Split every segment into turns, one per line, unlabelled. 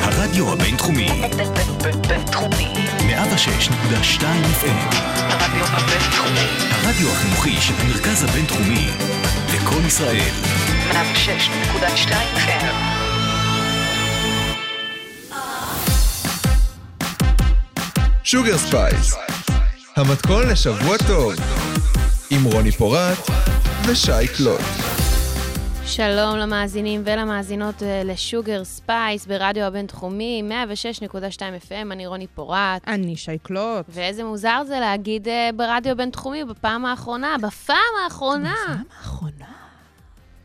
הרדיו הבינתחומי,
בינתחומי.
106.2 FM,
הרדיו הבינתחומי.
הרדיו החינוכי של המרכז הבינתחומי, לקום ישראל,
106.2 FM.
שוגר ספייס, המתכון לשבוע טוב, עם רוני פורט ושי קלוט.
שלום למאזינים ולמאזינות אה, לשוגר ספייס ברדיו הבינתחומי, 106.2 FM, אני רוני פורט.
אני שייקלוט.
ואיזה מוזר זה להגיד אה, ברדיו הבינתחומי בפעם האחרונה, בפעם האחרונה.
האחרונה.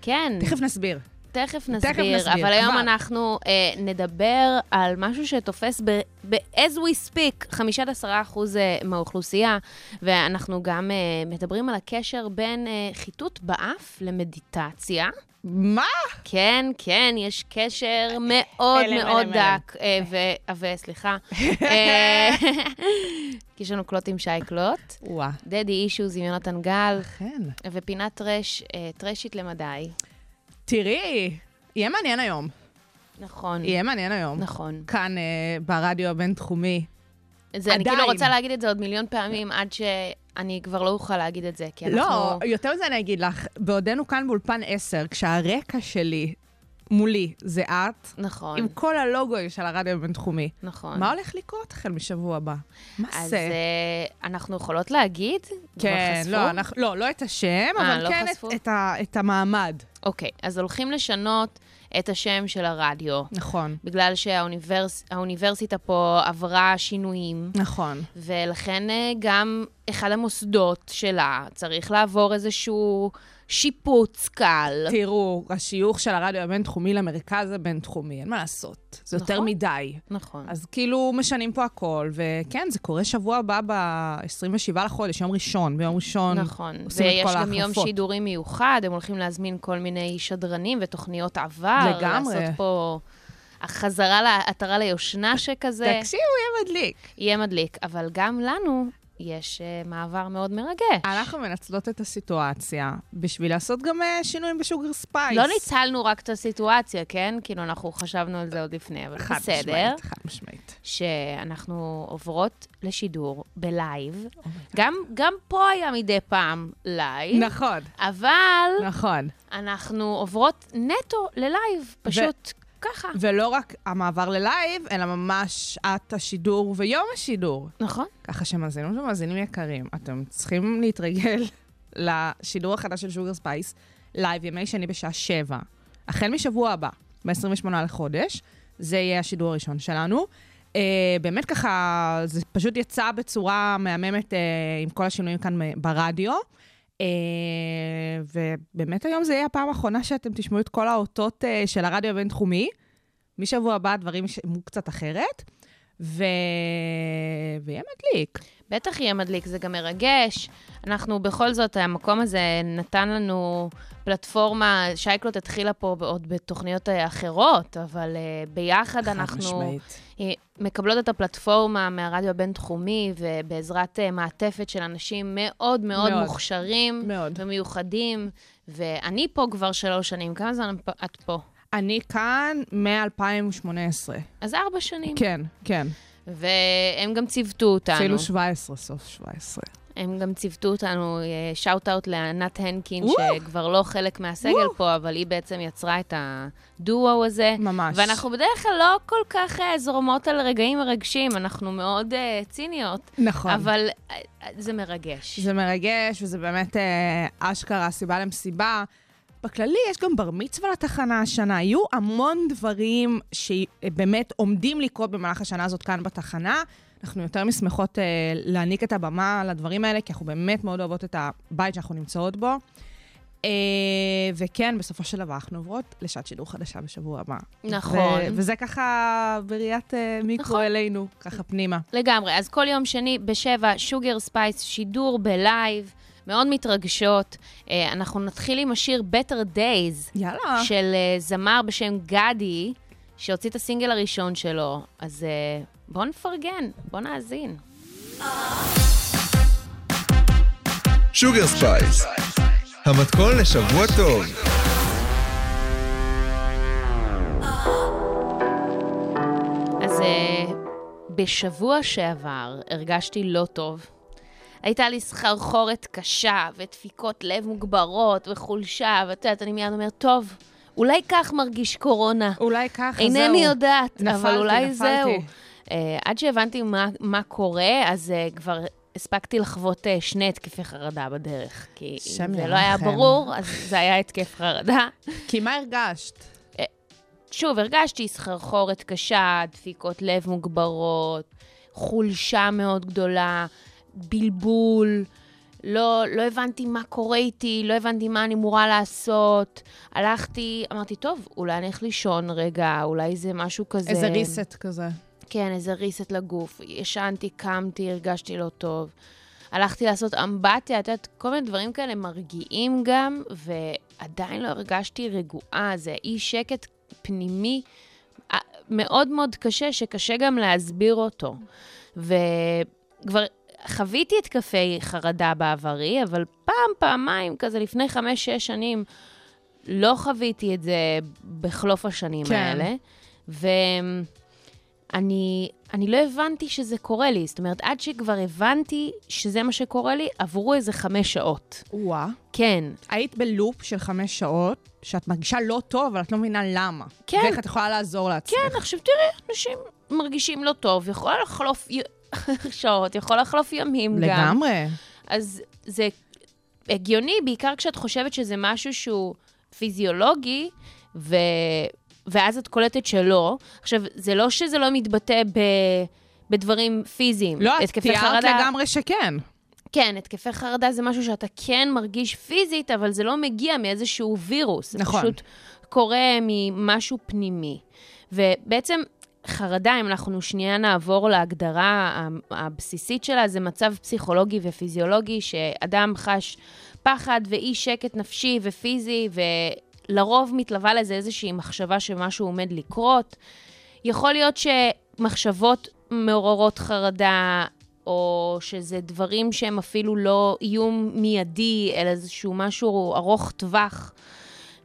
כן,
תכף נסביר.
תכף
תכף
נסביר.
נסביר,
אבל היום
כבר.
אנחנו אה, נדבר על משהו שתופס ב- ב-as we speak, 5-10% אה, מהאוכלוסייה, ואנחנו גם אה, מדברים על הקשר בין אה, חיטוט באף למדיטציה.
מה?
כן, כן, יש קשר מאוד
הלם,
מאוד
הלם, הלם.
דק. אה, ו- וסליחה. אה, כי יש לנו קלוט עם שי קלוט,
וואה.
דדי אישוז עם יונתן גל,
אכן.
ופינת טרש, אה, טרשית למדי.
תראי, יהיה מעניין היום.
נכון,
יהיה מעניין היום.
כן. נכון.
כאן אה, ברדיו הבינתחומי.
זה, אני
עדיין.
כאילו רוצה להגיד את זה עוד מיליון פעמים, עד שאני כבר לא אוכל להגיד את זה, כי
לא,
אנחנו...
יותר מזה אני אגיד לך, בעודנו כאן באולפן 10, כשהרקע שלי מולי זה את,
נכון,
עם כל הלוגו של הרדיו הבינתחומי.
נכון.
מה הולך לקרות החל משבוע הבא? מה
אז
זה?
אה, אנחנו יכולות להגיד? כבר
כן,
חשפו?
לא, אנחנו- לא, לא את השם,
אה,
אבל
לא
כן את-
חשפו?
את ה- את המעמד.
אוקיי, אז הולכים לשנות את השם של הרדיו.
נכון.
בגלל שהאוניברסיטה פה עברה שינויים,
נכון.
ולכן אה, גם אחד המוסדות שלה צריך לעבור איזשהו שיפוץ קל.
תראו, השיוך של הרדיו הבינתחומי למרכז הבינתחומי, אין מה לעשות. זה יותר
נכון.
מדי.
נכון.
אז כאילו משנים פה הכל, וכן, זה קורה שבוע הבא ב-27 לחודש, יום ראשון. ביום ראשון
נכון,
עושים את כל
ויש גם יום
ההחלפות.
שידורים מיוחד, הם הולכים להזמין כל מיני שדרנים ותוכניות עבר.
לגמרי.
לעשות פה החזרה לעטרה ליושנה שכזה,
תקשיבו, יהיה מדליק.
יהיה מדליק. אבל גם לנו יש אה, מעבר מאוד מרגש.
אנחנו מנצלות את הסיטואציה בשביל לעשות גם אה, שינויים בשוגר ספייס.
לא ניצלנו רק את הסיטואציה, כן? כאילו, אנחנו חשבנו על זה עוד לפני, אבל
חד
בסדר.
משמעית, חד משמעית.
שאנחנו עוברות לשידור בלייב.
Oh
גם, גם פה היה מדי פעם לייב,
נכון,
אבל
נכון.
אנחנו עוברות נטו ללייב, פשוט ככה.
ולא רק המעבר ללייב, אלא ממש את השידור ויום השידור.
נכון?
ככה שמאזינים ומאזינים יקרים, אתם צריכים להתרגל לשידור החדש של שוגר ספייס, לייב ימי שני בשעה שבע. החל משבוע הבא, ב-28 לחודש, זה יהיה השידור הראשון שלנו. Uh, באמת ככה, זה פשוט יצא בצורה מהממת uh, עם כל השינויים כאן מ- ברדיו. Uh, ובאמת היום זה יהיה הפעם האחרונה שאתם תשמעו את כל האותות uh, של הרדיו הבינתחומי. משבוע הבא הדברים ישמעו קצת אחרת, ו... ויהיה מדליק.
בטח יהיה מדליק, זה גם מרגש. אנחנו בכל זאת, המקום הזה נתן לנו פלטפורמה, שייקלוט התחילה פה עוד בתוכניות אה, אחרות, אבל אה, ביחד אנחנו אה, מקבלות את הפלטפורמה מהרדיו הבינתחומי, ובעזרת אה, מעטפת של אנשים מאוד מאוד, מאוד.
מאוד.
מוכשרים
מאוד.
ומיוחדים. ואני פה כבר שלוש שנים, כמה זמן את פה?
אני כאן מ-2018.
אז ארבע שנים.
כן, כן.
והם גם ציוותו אותנו.
אפילו 17, סוף 17.
הם גם ציוותו אותנו, שאוט אאוט לענת הנקין,
וואו.
שכבר לא חלק מהסגל
וואו.
פה, אבל היא בעצם יצרה את הדואו הזה.
ממש.
ואנחנו בדרך כלל לא כל כך אה, זורמות על רגעים מרגשים, אנחנו מאוד אה, ציניות,
נכון. אבל...
אבל אה, אה, זה מרגש.
זה מרגש, וזה באמת אה, אשכרה סיבה למסיבה. בכללי, יש גם בר מצווה לתחנה השנה. יהיו המון דברים שבאמת עומדים לקרות במהלך השנה הזאת כאן בתחנה. אנחנו יותר משמחות אה, להעניק את הבמה לדברים האלה, כי אנחנו באמת מאוד אוהבות את הבית שאנחנו נמצאות בו. אה, וכן, בסופו של דבר אנחנו עוברות לשעת שידור חדשה בשבוע הבא.
נכון.
ו- וזה ככה בראיית אה, מיקרו
נכון.
אלינו, ככה פנימה.
לגמרי. אז כל יום שני בשבע, שוגר ספייס, שידור בלייב, מאוד מתרגשות. אה, אנחנו נתחיל עם השיר Better Days.
יאללה.
של אה, זמר בשם גדי, שהוציא את הסינגל הראשון שלו. אז אה, בואו נפרגן, בואו נאזין.
שוגר ספייס, המתכון לשבוע טוב.
אז אה, בשבוע שעבר הרגשתי לא טוב. הייתה לי סחרחורת קשה, ודפיקות לב מוגברות, וחולשה, ואת יודעת, אני מיד אומרת, טוב, אולי כך מרגיש קורונה.
אולי ככה, זהו.
אינני יודעת,
נפלתי,
אבל אולי
נפלתי.
זהו. אה, עד שהבנתי מה, מה קורה, אז אה, כבר הספקתי לחוות אה, שני התקפי חרדה בדרך. כי
השם
אם זה לא
ירחם.
היה ברור, אז זה היה התקף חרדה.
כי מה הרגשת?
שוב, הרגשתי סחרחורת קשה, דפיקות לב מוגברות, חולשה מאוד גדולה, בלבול. לא, לא הבנתי מה קורה איתי, לא הבנתי מה אני אמורה לעשות. הלכתי, אמרתי, טוב, אולי אני אלך לישון רגע, אולי זה משהו כזה.
איזה ריסט כזה.
כן, איזה ריסט לגוף. ישנתי, קמתי, הרגשתי לא טוב. הלכתי לעשות אמבטיה, את יודעת, כל מיני דברים כאלה מרגיעים גם, ועדיין לא הרגשתי רגועה. זה אי שקט פנימי אה, מאוד מאוד קשה, שקשה גם להסביר אותו. וכבר חוויתי התקפי חרדה בעברי, אבל פעם, פעמיים, כזה לפני חמש-שש שנים, לא חוויתי את זה בחלוף השנים
כן.
כן. האלה. ואני אני לא הבנתי שזה קורה לי. זאת אומרת, עד שכבר הבנתי שזה מה שקורה לי, עברו איזה חמש שעות.
וואה.
כן.
היית בלופ של חמש שעות, שאת מרגישה לא טוב, אבל את לא מבינה למה.
כן.
ואיך את יכולה לעזור לעצמך.
כן, עכשיו תראי, אנשים מרגישים לא טוב, יכול לחלוף י- שעות, יכול לחלוף ימים גם.
לגמרי.
אז זה הגיוני, בעיקר כשאת חושבת שזה משהו שהוא פיזיולוגי, ו... ואז את קולטת שלא. עכשיו, זה לא שזה לא מתבטא ב... בדברים פיזיים.
לא, את
התקפי
תיארת
חרדה-
לגמרי שכן.
כן, התקפי חרדה זה משהו שאתה כן מרגיש פיזית, אבל זה לא מגיע מאיזשהו וירוס.
נכון.
זה פשוט קורה ממשהו פנימי. ובעצם חרדה, אם אנחנו שנייה נעבור להגדרה ה- הבסיסית שלה, זה מצב פסיכולוגי ופיזיולוגי שאדם חש פחד ואי שקט נפשי ופיזי, ולרוב מתלווה לזה איזושהי מחשבה שמשהו עומד לקרות. יכול להיות שמחשבות מעוררות חרדה, או שזה דברים שהם אפילו לא איום מיידי, אלא איזשהו משהו ארוך טווח.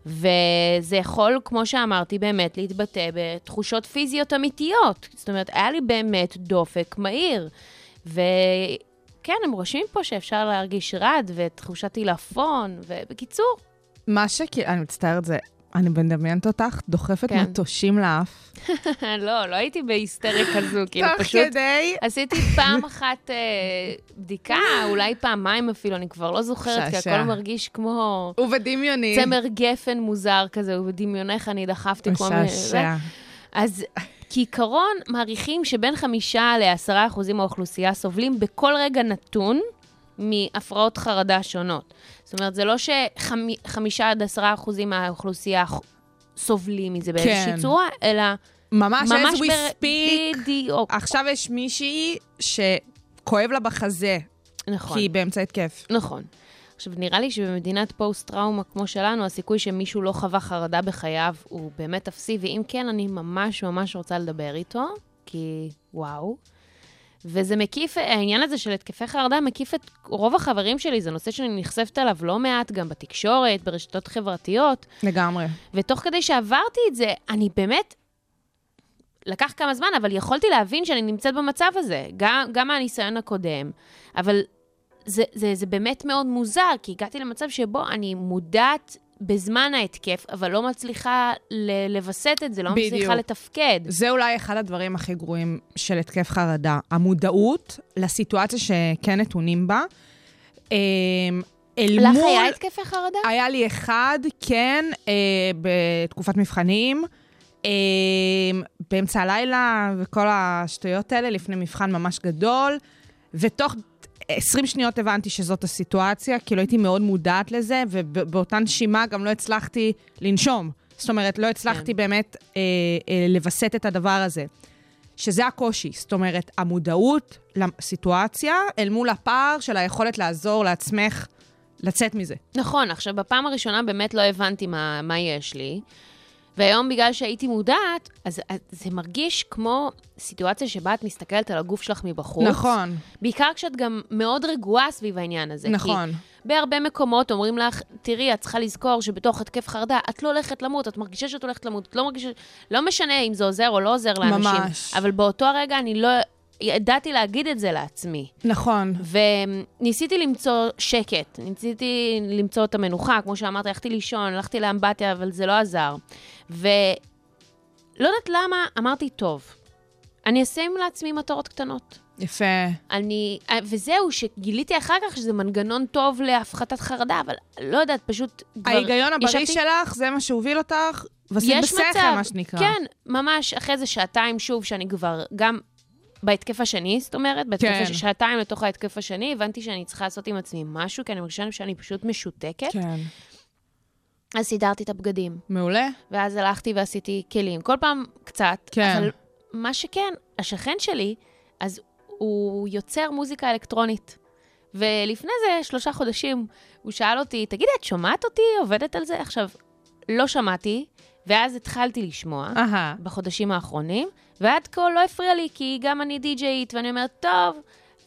וזה יכול, כמו שאמרתי, באמת להתבטא בתחושות פיזיות אמיתיות. זאת אומרת, היה לי באמת דופק מהיר. וכן, הם רושמים פה שאפשר להרגיש רד ותחושת עילפון, ובקיצור,
מה שכאילו, אני מצטערת, זה, אני מדמיינת אותך, דוחפת
כן.
מטושים לאף.
לא, לא הייתי בהיסטריה כזו, כאילו
תוך
פשוט...
כדי...
עשיתי פעם אחת אה, בדיקה, אולי פעמיים אפילו, אני כבר לא זוכרת, כי
שעשע.
הכל מרגיש כמו
ובדמיוני.
צמר גפן מוזר כזה, ובדמיונך אני דחפתי כמו... מ- אה, זה.
משעשע.
אז כעיקרון, מעריכים שבין חמישה לעשרה אחוזים מהאוכלוסייה סובלים בכל רגע נתון מהפרעות חרדה שונות. זאת אומרת, זה לא שחמישה עד עשרה אחוזים מהאוכלוסייה ח- סובלים מזה באיזושהי
כן.
צורה, אלא
ממש, as
ממש...
we
בר-
speak.
בדיוק.
עכשיו יש מישהי שכואב לה בחזה,
נכון.
כי היא באמצע התקף.
נכון. עכשיו, נראה לי שבמדינת פוסט-טראומה כמו שלנו, הסיכוי שמישהו לא חווה חרדה בחייו הוא באמת אפסי, ואם כן, אני ממש ממש רוצה לדבר איתו, כי וואו. וזה מקיף, העניין הזה של התקפי חרדה מקיף את רוב החברים שלי, זה נושא שאני נחשפת אליו לא מעט, גם בתקשורת, ברשתות חברתיות,
לגמרי.
ותוך כדי שעברתי את זה, אני באמת... לקח כמה זמן, אבל יכולתי להבין שאני נמצאת במצב הזה, גם, גם מהניסיון הקודם. אבל זה, זה, זה באמת מאוד מוזר, כי הגעתי למצב שבו אני מודעת בזמן ההתקף, אבל לא מצליחה ל- לווסת את זה, לא
בדיוק.
מצליחה לתפקד.
זה אולי אחד הדברים הכי גרועים של התקף חרדה. המודעות לסיטואציה שכן נתונים בה. אמ, אל
לך
מול...
היה התקפי חרדה?
היה לי אחד, כן, אה, בתקופת מבחנים. אה, באמצע הלילה וכל השטויות האלה, לפני מבחן ממש גדול, ותוך 20 שניות הבנתי שזאת הסיטואציה, כאילו הייתי מאוד מודעת לזה, ובאותה נשימה גם לא הצלחתי לנשום. זאת אומרת, לא הצלחתי
כן.
באמת אה, אה, לווסת את הדבר הזה. שזה הקושי, זאת אומרת, המודעות לסיטואציה אל מול הפער של היכולת לעזור לעצמך לצאת מזה.
נכון, עכשיו, בפעם הראשונה באמת לא הבנתי מה, מה יש לי, והיום בגלל שהייתי מודעת, אז, אז זה מרגיש כמו סיטואציה שבה את מסתכלת על הגוף שלך מבחוץ.
נכון,
בעיקר כשאת גם מאוד רגועה סביב העניין הזה.
נכון.
כי בהרבה מקומות אומרים לך, תראי, את צריכה לזכור שבתוך התקף חרדה, את לא הולכת למות, את מרגישה שאת הולכת למות, את לא מרגישה... לא משנה אם זה עוזר או לא עוזר לאנשים.
ממש.
אבל באותו הרגע אני לא ידעתי להגיד את זה לעצמי.
נכון.
וניסיתי למצוא שקט, ניסיתי למצוא את המנוחה, כמו שאמרתי, הלכתי לישון, הלכתי לאמבטיה, אבל זה לא עזר. ולא יודעת למה, אמרתי, טוב, אני אשים לעצמי מטרות קטנות.
יפה.
אני, וזהו, שגיליתי אחר כך שזה מנגנון טוב להפחתת חרדה, אבל לא יודעת, פשוט כבר...
ההיגיון הבריא
ישבתי-
שלך, זה מה שהוביל אותך, ועשית
יש
בשכל,
מצב,
מה שנקרא.
כן, ממש אחרי איזה שעתיים, שוב, שאני כבר גם בהתקף השני, זאת אומרת, בהתקף
כן.
כן. שעתיים לתוך ההתקף השני, הבנתי שאני צריכה לעשות עם עצמי משהו, כי אני מרגישה שאני פשוט משותקת. כן.
כן.
אז סידרתי את הבגדים,
מעולה.
ואז הלכתי ועשיתי כלים. כל פעם קצת,
כן.
אבל מה שכן, השכן שלי, אז הוא יוצר מוזיקה אלקטרונית. ולפני זה, שלושה חודשים, הוא שאל אותי, תגידי, את שומעת אותי? עובדת על זה? עכשיו, לא שמעתי, ואז התחלתי לשמוע.
אהה.
בחודשים האחרונים, ועד כה לא הפריע לי, כי גם אני די-ג'אית, ואני אומרת, טוב,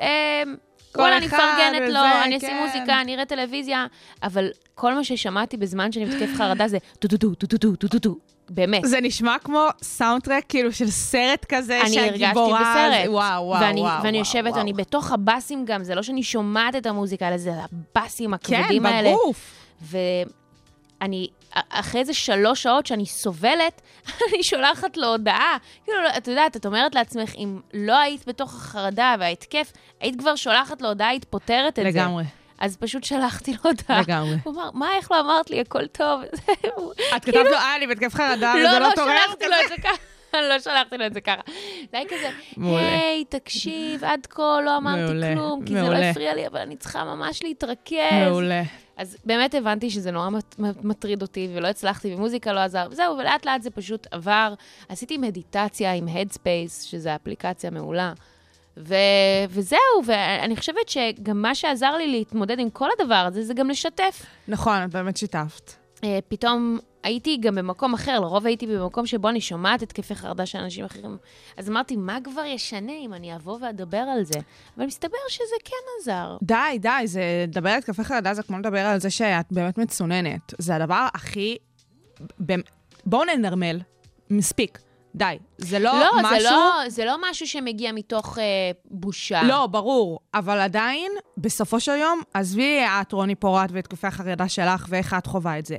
אה,
כל
וואלה, אני
אחד
מפרגנת
וזה,
לו, אני
כן."
אשים מוזיקה, אני אראה טלוויזיה, אבל כל מה ששמעתי בזמן שאני בתקף חרדה זה טו-טו-טו, טו-טו-טו, טו-טו-טו, באמת.
זה נשמע כמו סאונדטרק, כאילו, של סרט כזה,
אני הרגשתי
שהגיבורה...
בסרט.
וואו, וואו,
ואני,
וואו.
ואני
וואו,
יושבת,
וואו.
אני בתוך הבאסים גם, זה לא שאני שומעת את המוזיקה, אלא זה הבאסים הכבדים
כן,
האלה.
בגוף.
ואני, אחרי איזה שלוש שעות שאני סובלת, אני שולחת לו הודעה. כאילו, את יודעת, את אומרת לעצמך, אם לא היית בתוך החרדה וההתקף, היית כבר שולחת לו הודעה, היית פותרת את זה.
לגמרי.
אז פשוט שלחתי לו הודעה.
לגמרי.
הוא אמר, מה, איך לא אמרת לי, הכל טוב? זהו.
את כתבת לו, אה, אני בהתקף חרדה, וזה
לא,
לא
לא
תורם.
שלחתי לו את זה ככה. לא שלחתי לו את זה ככה. זה היה כזה,
מעולה.
היי, תקשיב, עד כה לא אמרתי
מעולה,
כלום, כי זה לא
מעולה.
הפריע לי, אבל אני צריכה ממש להתרכז.
מעולה.
אז באמת הבנתי שזה נורא מט- מ- מטריד אותי, ולא הצלחתי, ומוזיקה לא עזר, וזהו, ולאט לאט זה פשוט עבר. עשיתי מדיטציה עם Headspace, שזו אפליקציה מעולה. ו- וזהו, ואני חושבת שגם מה שעזר לי להתמודד עם כל הדבר הזה, זה גם לשתף.
נכון, את באמת שיתפת.
אה, פתאום הייתי גם במקום אחר, לרוב הייתי במקום שבו אני שומעת התקפי חרדה של אנשים אחרים. אז אמרתי, מה כבר ישנה אם אני אבוא ואדבר על זה? אבל מסתבר שזה כן עזר.
די, די, זה לדבר על התקפי חרדה זה כמו לדבר על זה שאת באמת מצוננת. זה הדבר הכי... ב- בואו ננרמל. מספיק. די. זה לא
לא,
משהו...
זה, לא, זה לא משהו שמגיע מתוך אה, בושה.
לא, ברור, אבל עדיין, בסופו של יום, עזבי את רוני פורט ואת תקופי החרדה שלך ואיך את חווה את זה.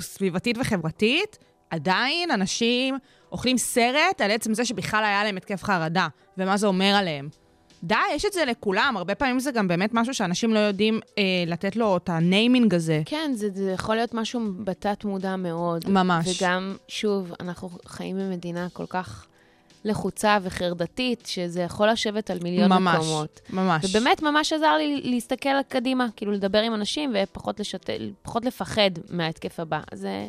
סביבתית וחברתית, עדיין אנשים אוכלים סרט על עצם זה שבכלל היה להם התקף חרדה, ומה זה אומר עליהם. די, יש את זה לכולם, הרבה פעמים זה גם באמת משהו שאנשים לא יודעים אה, לתת לו את הניימינג הזה.
כן, זה, זה יכול להיות משהו בתת מודע מאוד.
ממש.
וגם, שוב, אנחנו חיים במדינה כל כך לחוצה וחרדתית, שזה יכול לשבת על מיליון
ממש,
מקומות.
ממש.
ובאמת ממש עזר לי להסתכל קדימה, כאילו לדבר עם אנשים ופחות לשת... פחות לפחד מההתקף הבא. אז אה,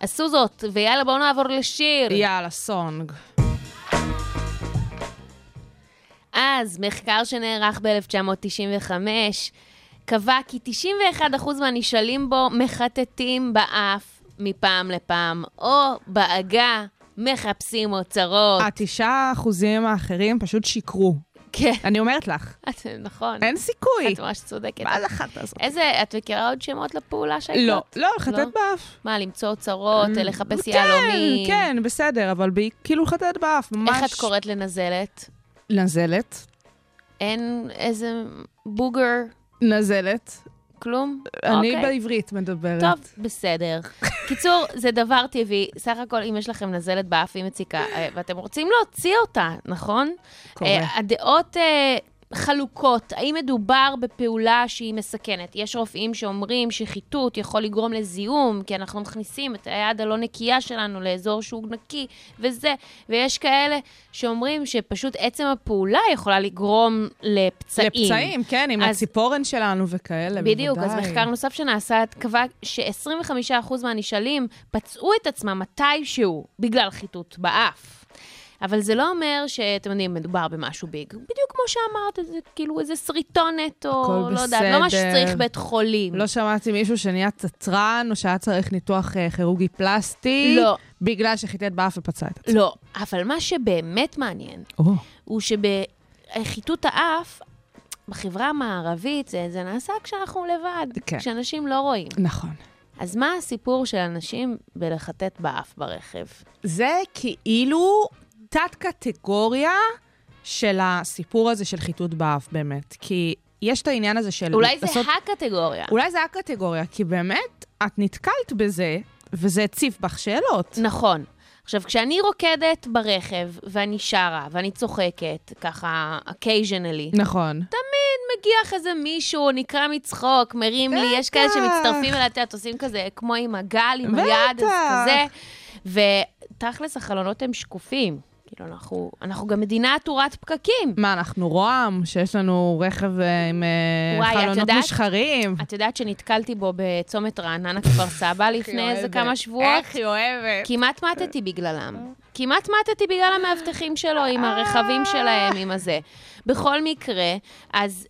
עשו זאת, ויאללה, בואו נעבור לשיר.
יאללה, סונג.
אז מחקר שנערך ב-1995 קבע כי 91% מהנשאלים בו מחטטים באף מפעם לפעם, או בעגה מחפשים אוצרות.
התשעה אחוזים האחרים פשוט שיקרו.
כן,
אני אומרת לך,
את- נכון.
אין סיכוי.
את ממש צודקת.
מה לחת הזאת?
איזה, את מכירה עוד שמות לפעולה שהייתה?
לא, לא, לחטט באף.
מה, למצוא אוצרות, לחפש
כן,
יהלומים?
כן, בסדר, אבל ב- כאילו חטאת באף, ממש.
איך את קוראת לנזלת?
נזלת.
אין איזה בוגר,
נזלת.
כלום?
אני
אוקיי.
בעברית מדברת.
טוב, בסדר. קיצור, זה דבר טבעי. סך הכל, אם יש לכם נזלת באף, היא מציקה, אה, ואתם רוצים להוציא אותה, נכון?
קורה.
אה, הדעות אה, חלוקות. האם מדובר בפעולה שהיא מסכנת? יש רופאים שאומרים שחיטוט יכול לגרום לזיהום, כי אנחנו מכניסים את היד הלא נקייה שלנו לאזור שהוא נקי, וזה. ויש כאלה שאומרים שפשוט עצם הפעולה יכולה לגרום לפצעים.
לפצעים, כן, עם
אז-
הציפורן שלנו וכאלה,
בדיוק, אז
בוודאי.
מחקר נוסף שנעשה קבע ש-25% מהנשאלים פצעו את עצמם מתישהו בגלל חיטוט באף. אבל זה לא אומר שאתם יודעים, מדובר במשהו ביג. בדיוק כמו שאמרת, זה כאילו איזה שריטונת, או
הכל
לא יודעת, לא מה
בסדר.
שצריך בית חולים.
לא שמעתי מישהו שנהיה תתרן, או שהיה צריך ניתוח אה, כירורגי פלסטי,
לא.
בגלל שחיטט באף ופצע את עצמו.
לא, אבל מה שבאמת מעניין,
או,
הוא שבחיטוט האף, בחברה המערבית, זה, זה נעשה כשאנחנו לבד,
כן.
כשאנשים לא רואים.
נכון.
אז מה הסיפור של אנשים בלחטט באף ברכב?
זה כאילו תת-קטגוריה של הסיפור הזה של חיטוט באף, באמת. כי יש את העניין הזה של...
אולי זה
לעשות-
הקטגוריה.
אולי זה הקטגוריה, כי באמת, את נתקלת בזה, וזה הציף בך שאלות.
נכון. עכשיו, כשאני רוקדת ברכב, ואני שרה, ואני צוחקת, ככה, occasionally,
נכון.
מגיח איזה מישהו, נקרע מצחוק, מרים לי, יש כאלה
בטח.
שמצטרפים אליי, את יודעת, עושים כזה, כמו עם הגל, עם
בטח.
היד, אז כזה. ותכלס, החלונות הם שקופים. כאילו, אנחנו, אנחנו גם מדינה עטורת פקקים.
מה, אנחנו רועם, שיש לנו רכב אה, עם אה,
וואי, את
חלונות
יודעת?
מושחרים?
את יודעת שנתקלתי בו בצומת רעננה, כפר סבא, לפני איזה כמה שבועות?
היא אוהבת.
כמעט מתתי בגללם. כמעט מתתי בגלל המאבטחים שלו, עם הרכבים שלהם, עם הזה. בכל מקרה, אז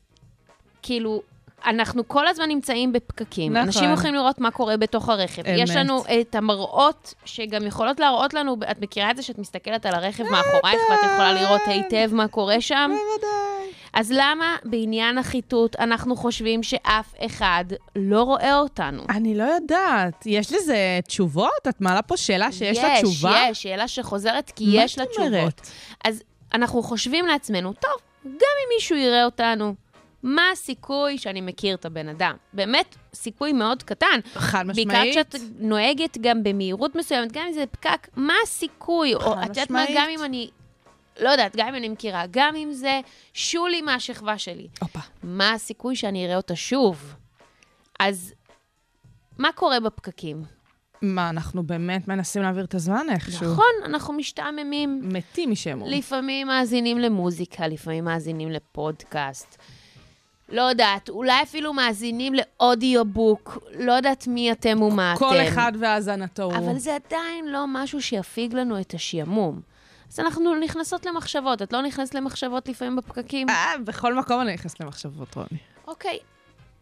כאילו... אנחנו כל הזמן נמצאים בפקקים.
נכון.
אנשים יכולים לראות מה קורה בתוך הרכב.
אמת.
יש לנו את המראות שגם יכולות להראות לנו, את מכירה את זה שאת מסתכלת על הרכב מאחורייך ואת יכולה לראות היטב מה קורה שם?
בוודאי.
אז למה בעניין החיטוט אנחנו חושבים שאף אחד לא רואה אותנו?
אני לא יודעת. יש לזה תשובות? את מעלה פה שאלה שיש לה תשובה?
יש, יש, שאלה שחוזרת כי
מה
יש לה
את
תשובות.
אומרת?
אז אנחנו חושבים לעצמנו, טוב, גם אם מישהו יראה אותנו, מה הסיכוי שאני מכיר את הבן אדם? באמת, סיכוי מאוד קטן.
חד משמעית.
בעיקר כשאת נוהגת גם במהירות מסוימת, גם אם זה פקק, מה הסיכוי? או
חד
את יודעת מה,
משמעית.
גם אם אני... לא יודעת, גם אם אני מכירה, גם אם זה שולי מהשכבה שלי.
הופה.
מה הסיכוי שאני אראה אותה שוב? אז מה קורה בפקקים?
מה, אנחנו באמת מנסים להעביר את הזמן איכשהו.
נכון, אנחנו משתעממים.
מתים משמור.
לפעמים מאזינים למוזיקה, לפעמים מאזינים לפודקאסט. לא יודעת, אולי אפילו מאזינים לאודיובוק, לא יודעת מי אתם ומה אתם.
כל אחד והאזנתו הוא.
אבל זה עדיין לא משהו שיפיג לנו את השעמום. אז אנחנו נכנסות למחשבות. את לא נכנסת למחשבות לפעמים בפקקים?
אה, בכל מקום אני נכנסת למחשבות, רוני.
אוקיי.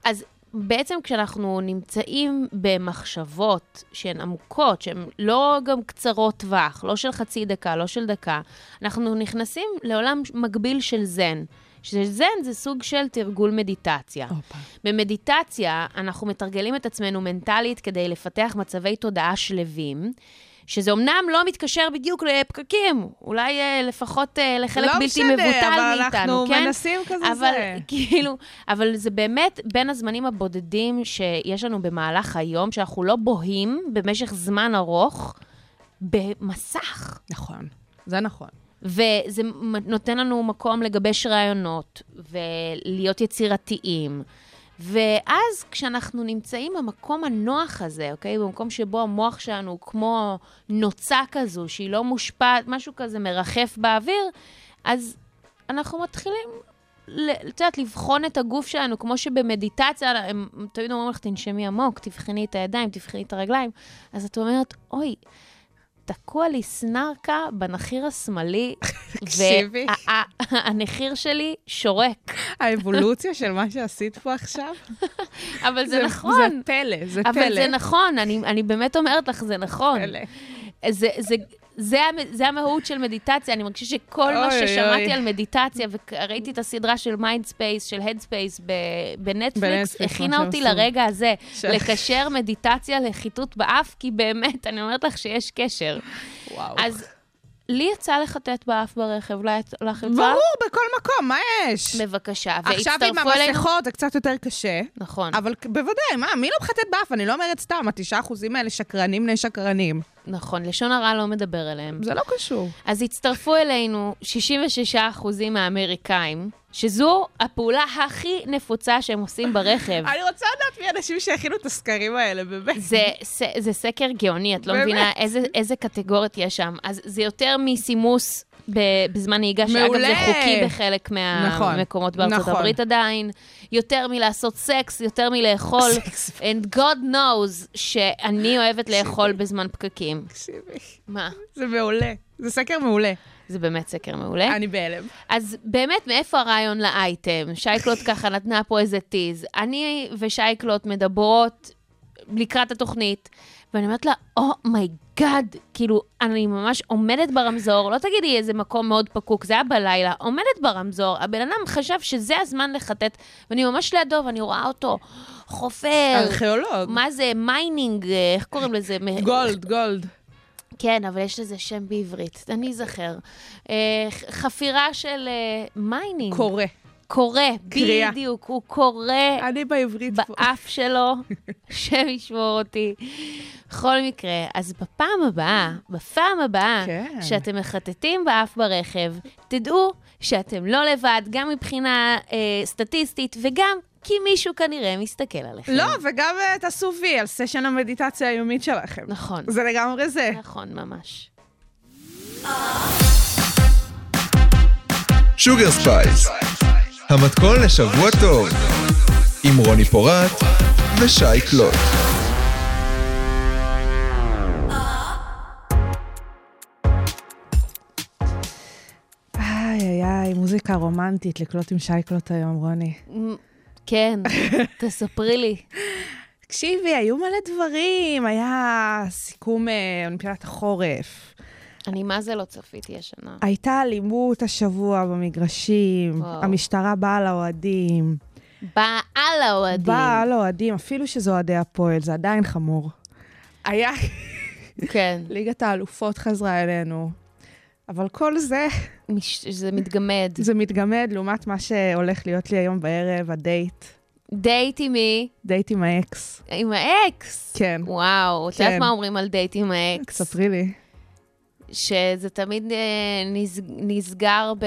אז בעצם כשאנחנו נמצאים במחשבות שהן עמוקות, שהן לא גם קצרות טווח, לא של חצי דקה, לא של דקה, אנחנו נכנסים לעולם מקביל של זן. שזן זה סוג של תרגול מדיטציה.
הופה.
במדיטציה אנחנו מתרגלים את עצמנו מנטלית כדי לפתח מצבי תודעה שלווים. שזה אמנם לא מתקשר בדיוק לפקקים, אולי אה, לפחות אה, לחלק
לא
בלתי
משנה,
מבוטל מאיתנו, כן?
אבל אנחנו מנסים כזה
אבל
זה.
כאילו, אבל זה באמת בין הזמנים הבודדים שיש לנו במהלך היום, שאנחנו לא בוהים במשך זמן ארוך במסך.
נכון. זה נכון.
וזה מ- נותן לנו מקום לגבש רעיונות ולהיות יצירתיים. ואז כשאנחנו נמצאים במקום הנוח הזה, אוקיי? במקום שבו המוח שלנו הוא כמו נוצה כזו, שהיא לא מושפעת, משהו כזה מרחף באוויר, אז אנחנו מתחילים, ל- את יודעת, לבחון את הגוף שלנו, כמו שבמדיטציה, הם תמיד אומרים לך, תנשמי עמוק, תבחני את הידיים, תבחני את הרגליים. אז את אומרת, אוי, תקוע לי סנרקה בנחיר השמאלי,
תקשיבי.
והנחיר שלי שורק.
האבולוציה של מה שעשית פה עכשיו,
אבל זה
זה
נכון.
פלא, זה פלא.
אבל זה נכון, אני, אני באמת אומרת לך, זה נכון.
פלא.
זה, זה, זה, המ- זה המהות של מדיטציה, אני מרגישה שכל מה
אוי,
ששמעתי
אוי.
על מדיטציה, וראיתי את הסדרה של מיינד ספייס, של הד ספייס בנטפליקס,
בנטפליקס, נכון, מה
הכינה
שהם
אותי
עשו.
לרגע הזה,
של-
לקשר מדיטציה לחיטוט באף, כי באמת, אני אומרת לך שיש קשר.
וואו.
אז לי יצא לחטט באף ברכב, לא יצא- לך יצא?
ברור, בכל מקום, מה יש?
בבקשה,
עכשיו עם
והצטרפו אלינו...
המסכות זה קצת יותר קשה.
נכון,
אבל כ- בוודאי, מה, מי לא מחטט באף? אני לא אומרת סתם, התשעה אחוזים האלה שקרנים בני שקרנים.
נכון, לשון הרע לא מדבר אליהם.
זה לא קשור.
אז הצטרפו אלינו 66% מהאמריקאים, שזו הפעולה הכי נפוצה שהם עושים ברכב.
אני רוצה לדעת מי האנשים שהכינו את הסקרים האלה, באמת.
זה, ס- זה סקר גאוני, את לא
באמת.
מבינה איזה, איזה קטגוריות יש שם. אז זה יותר מסימוס ב, בזמן נהיגה, שאגב
מעולה.
זה חוקי בחלק
נכון,
מהמקומות בארצות
נכון.
הברית עדיין, יותר מלעשות סקס, יותר מלאכול.
סקס.
And God knows שאני אוהבת לאכול בזמן פקקים.
תקשיבי,
מה?
זה מעולה. זה סקר מעולה.
זה באמת סקר מעולה.
אני בהלם.
אז באמת, מאיפה הרעיון לאייטם? שייקלוט ככה נתנה פה איזה טיז. אני ושייקלוט מדברות לקראת התוכנית, ואני אומרת לה, אומייגאד, oh my God", כאילו, אני ממש עומדת ברמזור, לא תגידי איזה מקום מאוד פקוק, זה היה בלילה, עומדת ברמזור, הבן אדם חשב שזה הזמן לחטט, ואני ממש לידו, ואני רואה אותו חופר.
ארכיאולוג.
מה זה מיינינג, איך קוראים לזה?
גולד, גולד.
כן, אבל יש לזה שם בעברית, אני אזכר. אה, ח- חפירה של אה, מיינינג.
קורא.
קורא,
קריאה.
בדיוק, הוא קורא
אני בעברית פה.
באף שלו, השם ישמור אותי. בכל מקרה, אז בפעם הבאה, בפעם הבאה
כן.
שאתם מחטטים באף ברכב, תדעו שאתם לא לבד, גם מבחינה אה, סטטיסטית וגם כי מישהו כנראה מסתכל עליכם.
לא, וגם אה, תעשו וי על סשן המדיטציה היומית שלכם.
נכון.
זה לגמרי זה.
נכון, ממש.
שוגר ספייס, המתכון לשבוע טוב, עם רוני פורט ושי קלוט.
איי איי איי, מוזיקה רומנטית לקלוט עם שייקלוט היום, רוני.
כן, תספרי לי.
תקשיבי, היו מלא דברים, היה סיכום אה, אולימפיאדת החורף.
אני מה זה לא צפיתי השנה.
הייתה אלימות השבוע במגרשים,
וואו.
המשטרה באה לאוהדים,
באה על האוהדים.
באה לאוהדים, אפילו שזה אוהדי הפועל, זה עדיין חמור. היה
כן.
ליגת האלופות חזרה אלינו, אבל כל זה,
מש- זה מתגמד.
זה מתגמד לעומת מה שהולך להיות לי היום בערב, הדייט,
דייט עם מי?
דייט עם האקס.
עם האקס.
כן,
וואו, את יודעת
כן.
מה אומרים על דייט עם האקס?
ספרי לי.
שזה תמיד אה, נס- נסגר ב-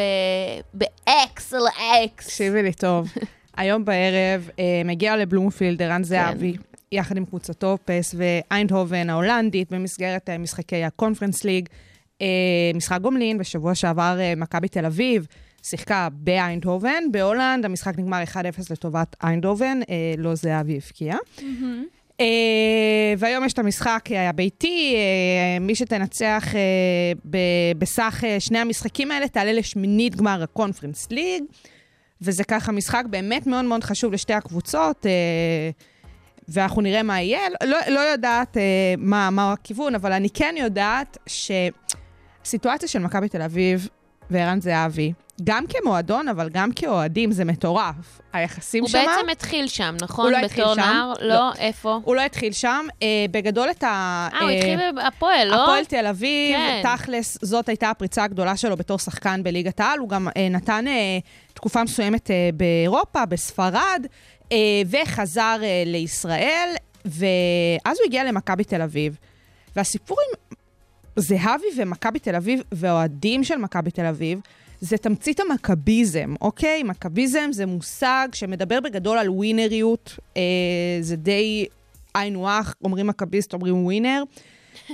באקס על האקס.
תקשיבי לי טוב. היום בערב אה, מגיע לבלומפילד ערן זהבי,
כן.
יחד עם קבוצתו פס ואיינדהובן ההולנדית, במסגרת אה, משחקי הקונפרנס ליג. אה, משחק גומלין, בשבוע שעבר אה, מכבי תל אביב שיחקה באיינדהובן, בהולנד המשחק נגמר 1-0 לטובת איינדהובן, אה, לא זהבי הבקיע. אה, והיום יש את המשחק אה, הביתי, אה, מי שתנצח אה, ב- בסך אה, שני המשחקים האלה תעלה לשמינית גמר הקונפרנס ליג. וזה ככה משחק באמת מאוד מאוד חשוב לשתי הקבוצות, אה, ואנחנו נראה מה יהיה. לא, לא יודעת אה, מה, מה הכיוון, אבל אני כן יודעת שהסיטואציה של מכבי תל אביב וערן זהבי, גם כמועדון, אבל גם כאוהדים, זה מטורף. היחסים
הוא
שמה...
בעצם התחיל שם, נכון?
הוא לא התחיל
בתור
שם.
נער?
לא.
לא, איפה?
הוא לא התחיל שם, אה, בגדול את ה...
אה, הוא
אה,
התחיל בהפועל, לא?
הפועל תל אביב,
כן.
תכלס, זאת הייתה הפריצה הגדולה שלו בתור שחקן בליגת העל. הוא גם אה, נתן אה, תקופה מסוימת אה, באירופה, בספרד, אה, וחזר אה, לישראל, ואז הוא הגיע למכבי תל אביב. והסיפור עם זהבי ומכבי תל אביב, והאוהדים של מכבי תל אביב, זה תמצית המכביזם, אוקיי? מכביזם זה מושג שמדבר בגדול על ווינריות, אה, זה די היינו הך, אומרים מכביסט, אומרים ווינר.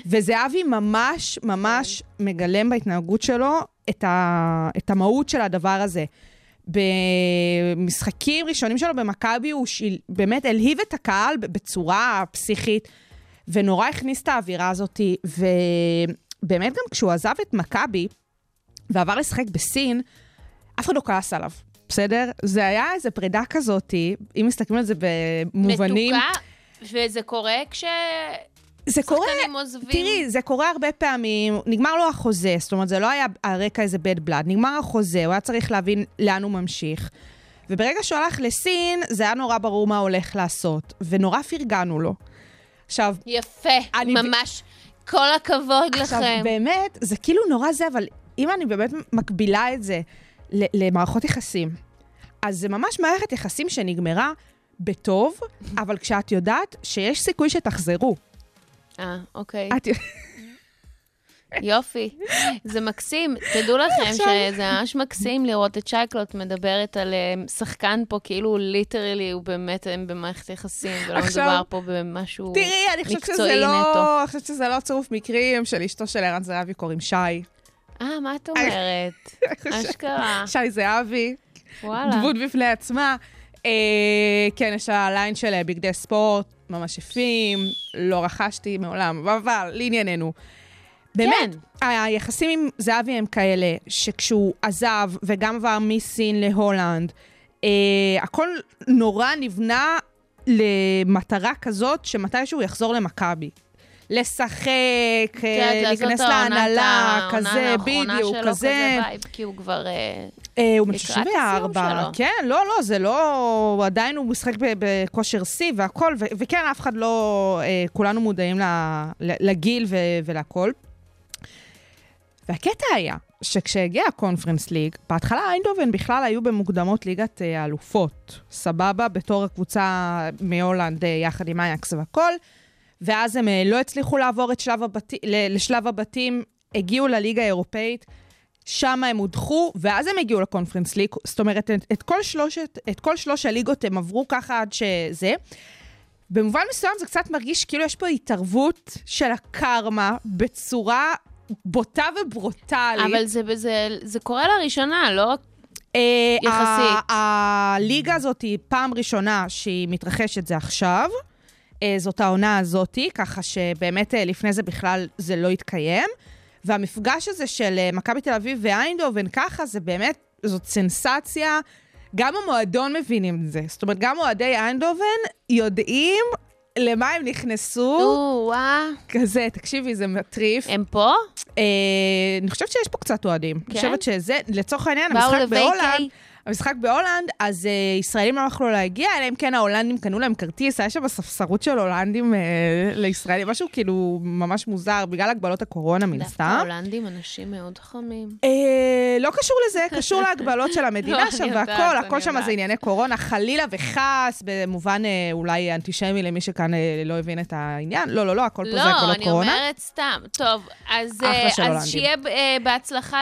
וזהבי ממש ממש מגלם בהתנהגות שלו את, ה, את המהות של הדבר הזה. במשחקים ראשונים שלו במכבי הוא שיל, באמת הלהיב את הקהל ב- בצורה פסיכית, ונורא הכניס את האווירה הזאת, ובאמת גם כשהוא עזב את מכבי ועבר לשחק בסין, אף אחד לא כעס עליו. בסדר? זה היה איזה פרידה כזאתי, אם מסתכלים על זה במובנים...
מתוקה, וזה קורה כששחקנים
זה קורה,
עוזבים.
תראי, זה קורה הרבה פעמים, נגמר לו החוזה, זאת אומרת, זה לא היה על רקע איזה bad blood, נגמר החוזה, הוא היה צריך להבין לאן הוא ממשיך. וברגע שהוא הלך לסין, זה היה נורא ברור מה הוא הולך לעשות, ונורא פרגנו לו. עכשיו,
יפה,
אני-
ממש. כל הכבוד
עכשיו,
לכם.
באמת, זה כאילו נורא זה, אבל אם אני באמת מקבילה את זה ל- למערכות יחסים, אז זה ממש מערכת יחסים שנגמרה בטוב, אבל כשאת יודעת שיש סיכוי שתחזרו.
אה, אוקיי.
את...
יופי, זה מקסים. תדעו לכם
עכשיו-
שזה ממש מקסים לראות את שייקלוט מדברת על אה, שחקן פה, כאילו ליטרלי הוא באמת הם במערכת יחסים, ולא
עכשיו-
מדובר פה במשהו מקצועי נטו.
תראי, אני חושבת שזה לא, אני חושבת שזה לא צירוף מקרים של אשתו של ערן זהבי קוראים שי.
אה, מה את אומרת? אשכרה,
שי זהבי,
וואלה.
דמות בפני עצמה. אה, כן, יש לה ליין של אה, בגדי ספורט, ממש יפים, לא רכשתי מעולם, אבל לענייננו. באמת,
כן.
היחסים עם זהבי הם כאלה, שכשהוא עזב וגם עבר מסין להולנד, אה, הכל נורא נבנה למטרה כזאת, שמתישהו הוא יחזור למכבי. לשחק, אה,
כן, לעשות
להיכנס
העונת-
להנהלה,
העונה
כזה,
האחרונה
בדיוק,
שלו,
כזה.
וייב, כי הוא כבר... אה,
אה, הוא בן
לקראת הסיום
64.
שלו.
כן, לא, לא, זה לא... הוא עדיין הוא משחק ב- בכושר שיא והכל, ו- וכן, אף אחד לא... אה, כולנו מודעים ל- ל- לגיל ו- ולכל. והקטע היה שכשהגיע הקונפרנס ליג, בהתחלה איינדובן בכלל היו במוקדמות ליגת אה, האלופות. סבבה, בתור הקבוצה מהולנד אה, יחד עם אייקס והכל. ואז הם אה, לא הצליחו לעבור את שלב הבתי, ל- לשלב הבתים, הגיעו לליגה האירופאית, שם הם הודחו, ואז הם הגיעו לקונפרנס ליג. זאת אומרת, את, את, כל שלושת, את כל שלוש הליגות הם עברו ככה עד שזה. במובן מסוים זה קצת מרגיש כאילו יש פה התערבות של הקרמה בצורה בוטה וברוטלית.
אבל זה, זה, זה קורה לראשונה, לא?
אה,
יחסית.
ה- הליגה הזאת היא פעם ראשונה שהיא מתרחשת זה עכשיו. אה, זאת העונה הזאתי, ככה שבאמת אה, לפני זה בכלל זה לא התקיים. והמפגש הזה של אה, מכבי תל אביב ואיינדובן ככה, זה באמת, זאת סנסציה. גם המועדון מבינים את זה. זאת אומרת, גם אוהדי איינדובן יודעים למה הם נכנסו.
או-אה.
כזה, תקשיבי, זה מטריף.
הם פה?
אה, אני חושבת שיש פה קצת אוהדים. אני חושבת שזה, לצורך העניין,
כן? באו
המשחק
לווי
בהולנד,
קיי.
המשחק בהולנד, אז אה, ישראלים לא יכלו להגיע, אלא אם כן ההולנדים קנו להם כרטיס, היה שם ספסרות של הולנדים אה, לישראלים, משהו כאילו ממש מוזר, בגלל הגבלות הקורונה מן
דווקא
סתם.
ההולנדים אנשים מאוד חכמים.
אה, לא קשור לזה, קשור להגבלות של
לא,
המדינה
אני
שם
יודעת,
והכל,
אני
הכל שם
יודעת.
זה ענייני קורונה, חלילה וחס, במובן אה, אולי אנטישמי למי שכאן אה, לא הבין את העניין. לא, לא, לא, הכל פה זה
לא,
הגבלות
אני
קורונה.
אומרת סתם. טוב, אז
אחלה
אה,
של
אז
הולנדים.
שיהיה אה, בהצלחה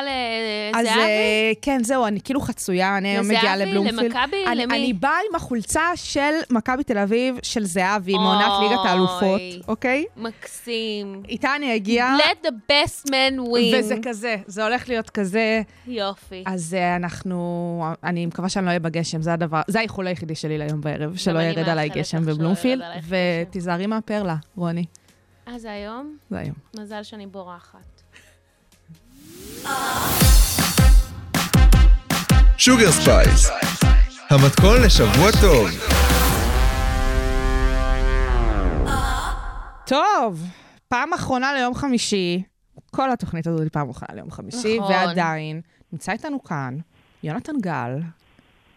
אז
לזהבי.
אה, כן, זהו, אני כאילו חצויה, אני היום
לזהבי?
מגיעה לבלומפילד.
למכבי?
אני-
למי?
אני באה עם החולצה של מכבי תל אביב, של זהבי, מעונת ליגת האלופות,
אוי.
אוקיי?
מקסים.
איתה אני אגיע,
Let the best man win.
וזה כזה, זה הולך להיות כזה.
יופי.
אז אה, אנחנו, אני מקווה שאני לא אהיה בגשם, זה הדבר, זה האיחול היחידי שלי להיום בערב, שלא
אני
ירד
מאחלת
עליי
לך שלא
גשם
ירד
בבלומפילד,
עלייך גשם.
ותיזהרי מהפרלה, רוני,
אז היום,
זה היום.
מזל שאני בורחת.
שוגר ספייס, המתכון לשבוע טוב.
טוב, פעם אחרונה ליום חמישי. כל התוכנית הזו היא פעם אחרונה ליום חמישי,
נכון.
ועדיין נמצא איתנו כאן יונתן גל,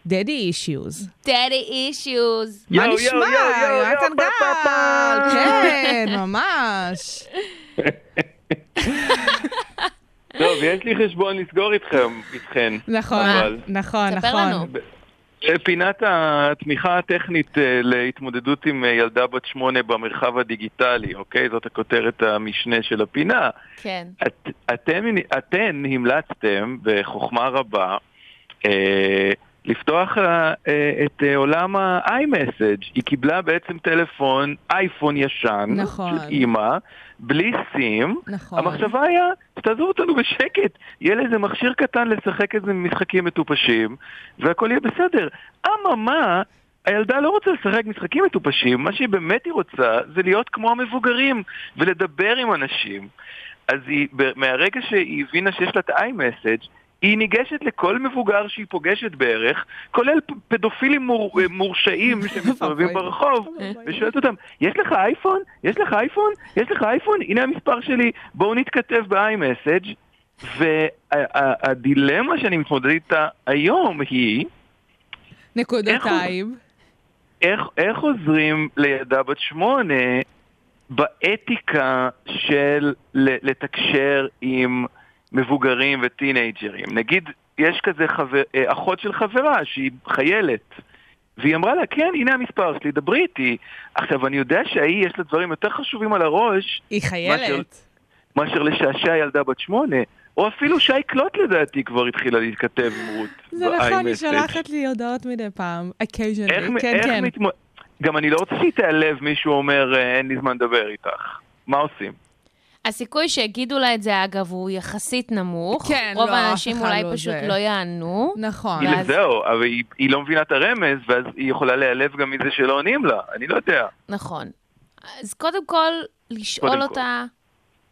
דדי אישיוז.
דדי אישיוז.
מה
יואו,
נשמע?
יואו, יואו, יואו,
יונתן
פה, פה,
גל,
פה.
כן, ממש.
טוב, יש לי חשבון לסגור איתכם, איתכן.
נכון,
אבל-
נכון,
ספר לנו.
נכון.
פינת התמיכה הטכנית אה, להתמודדות עם אה, ילדה בת שמונה במרחב הדיגיטלי, אוקיי? זאת הכותרת המשנה של הפינה.
כן.
את, אתם, אתן המלצתם בחוכמה רבה אה, לפתוח אה, את אה, עולם ה-iMessage. היא קיבלה בעצם טלפון אייפון ישן
נכון.
של אימא, בלי סים.
נכון.
המחשבה היה, תעזוב אותנו בשקט, יהיה לזה מכשיר קטן לשחק איזה משחקים מטופשים, והכל יהיה בסדר. אממה, הילדה לא רוצה לשחק משחקים מטופשים, מה שהיא באמת היא רוצה זה להיות כמו המבוגרים, ולדבר עם אנשים. אז היא, ב- מהרגע שהיא הבינה שיש לה את ה-iMessage, היא ניגשת לכל מבוגר שהיא פוגשת בערך, כולל פ- פדופילים מור, אה, מורשעים שמסתובבים ברחוב, ושואלת אותם, יש לך אייפון? יש לך אייפון? יש לך אייפון? הנה המספר שלי, בואו נתכתב ב-iMessage. והדילמה שאני מתמודד איתה היום היא,
נקודתיים.
איך, איך עוזרים לילדה בת שמונה באתיקה של ל- לתקשר עם מבוגרים וטינג'רים? נגיד, יש כזה חבר, אה, אחות של חברה שהיא חיילת, והיא אמרה לה, כן, הנה המספר שלי, דברי איתי. עכשיו, אני יודע שההיא יש לה דברים יותר חשובים על הראש
היא חיילת.
מאשר לשעשע ילדה בת שמונה, או אפילו שי קלוט לדעתי כבר התחילה להתכתב עם רות.
זה נכון, היא
ב-iMessage.
שולחת לי הודעות מדי פעם.
לא, איך,
occasionally,
מ-
כן,
איך
כן.
מתמודד... גם אני לא רוצה שהיא תיעלב, מישהו אומר, "אה, אין לי זמן לדבר איתך. מה עושים?
הסיכוי שיגידו לה את זה, אגב, הוא יחסית נמוך.
כן,
רוב
לא, אף
האנשים
אחד
אולי
לא
פשוט
זה.
לא יענו.
נכון.
היא- לא-
ואז-
זהו, אבל היא, היא לא מבינה את הרמז, ואז היא יכולה להיעלב גם מזה שלא עונים לה, אני לא יודע.
נכון. אז קודם כל, לשאול
קודם כל.
אותה,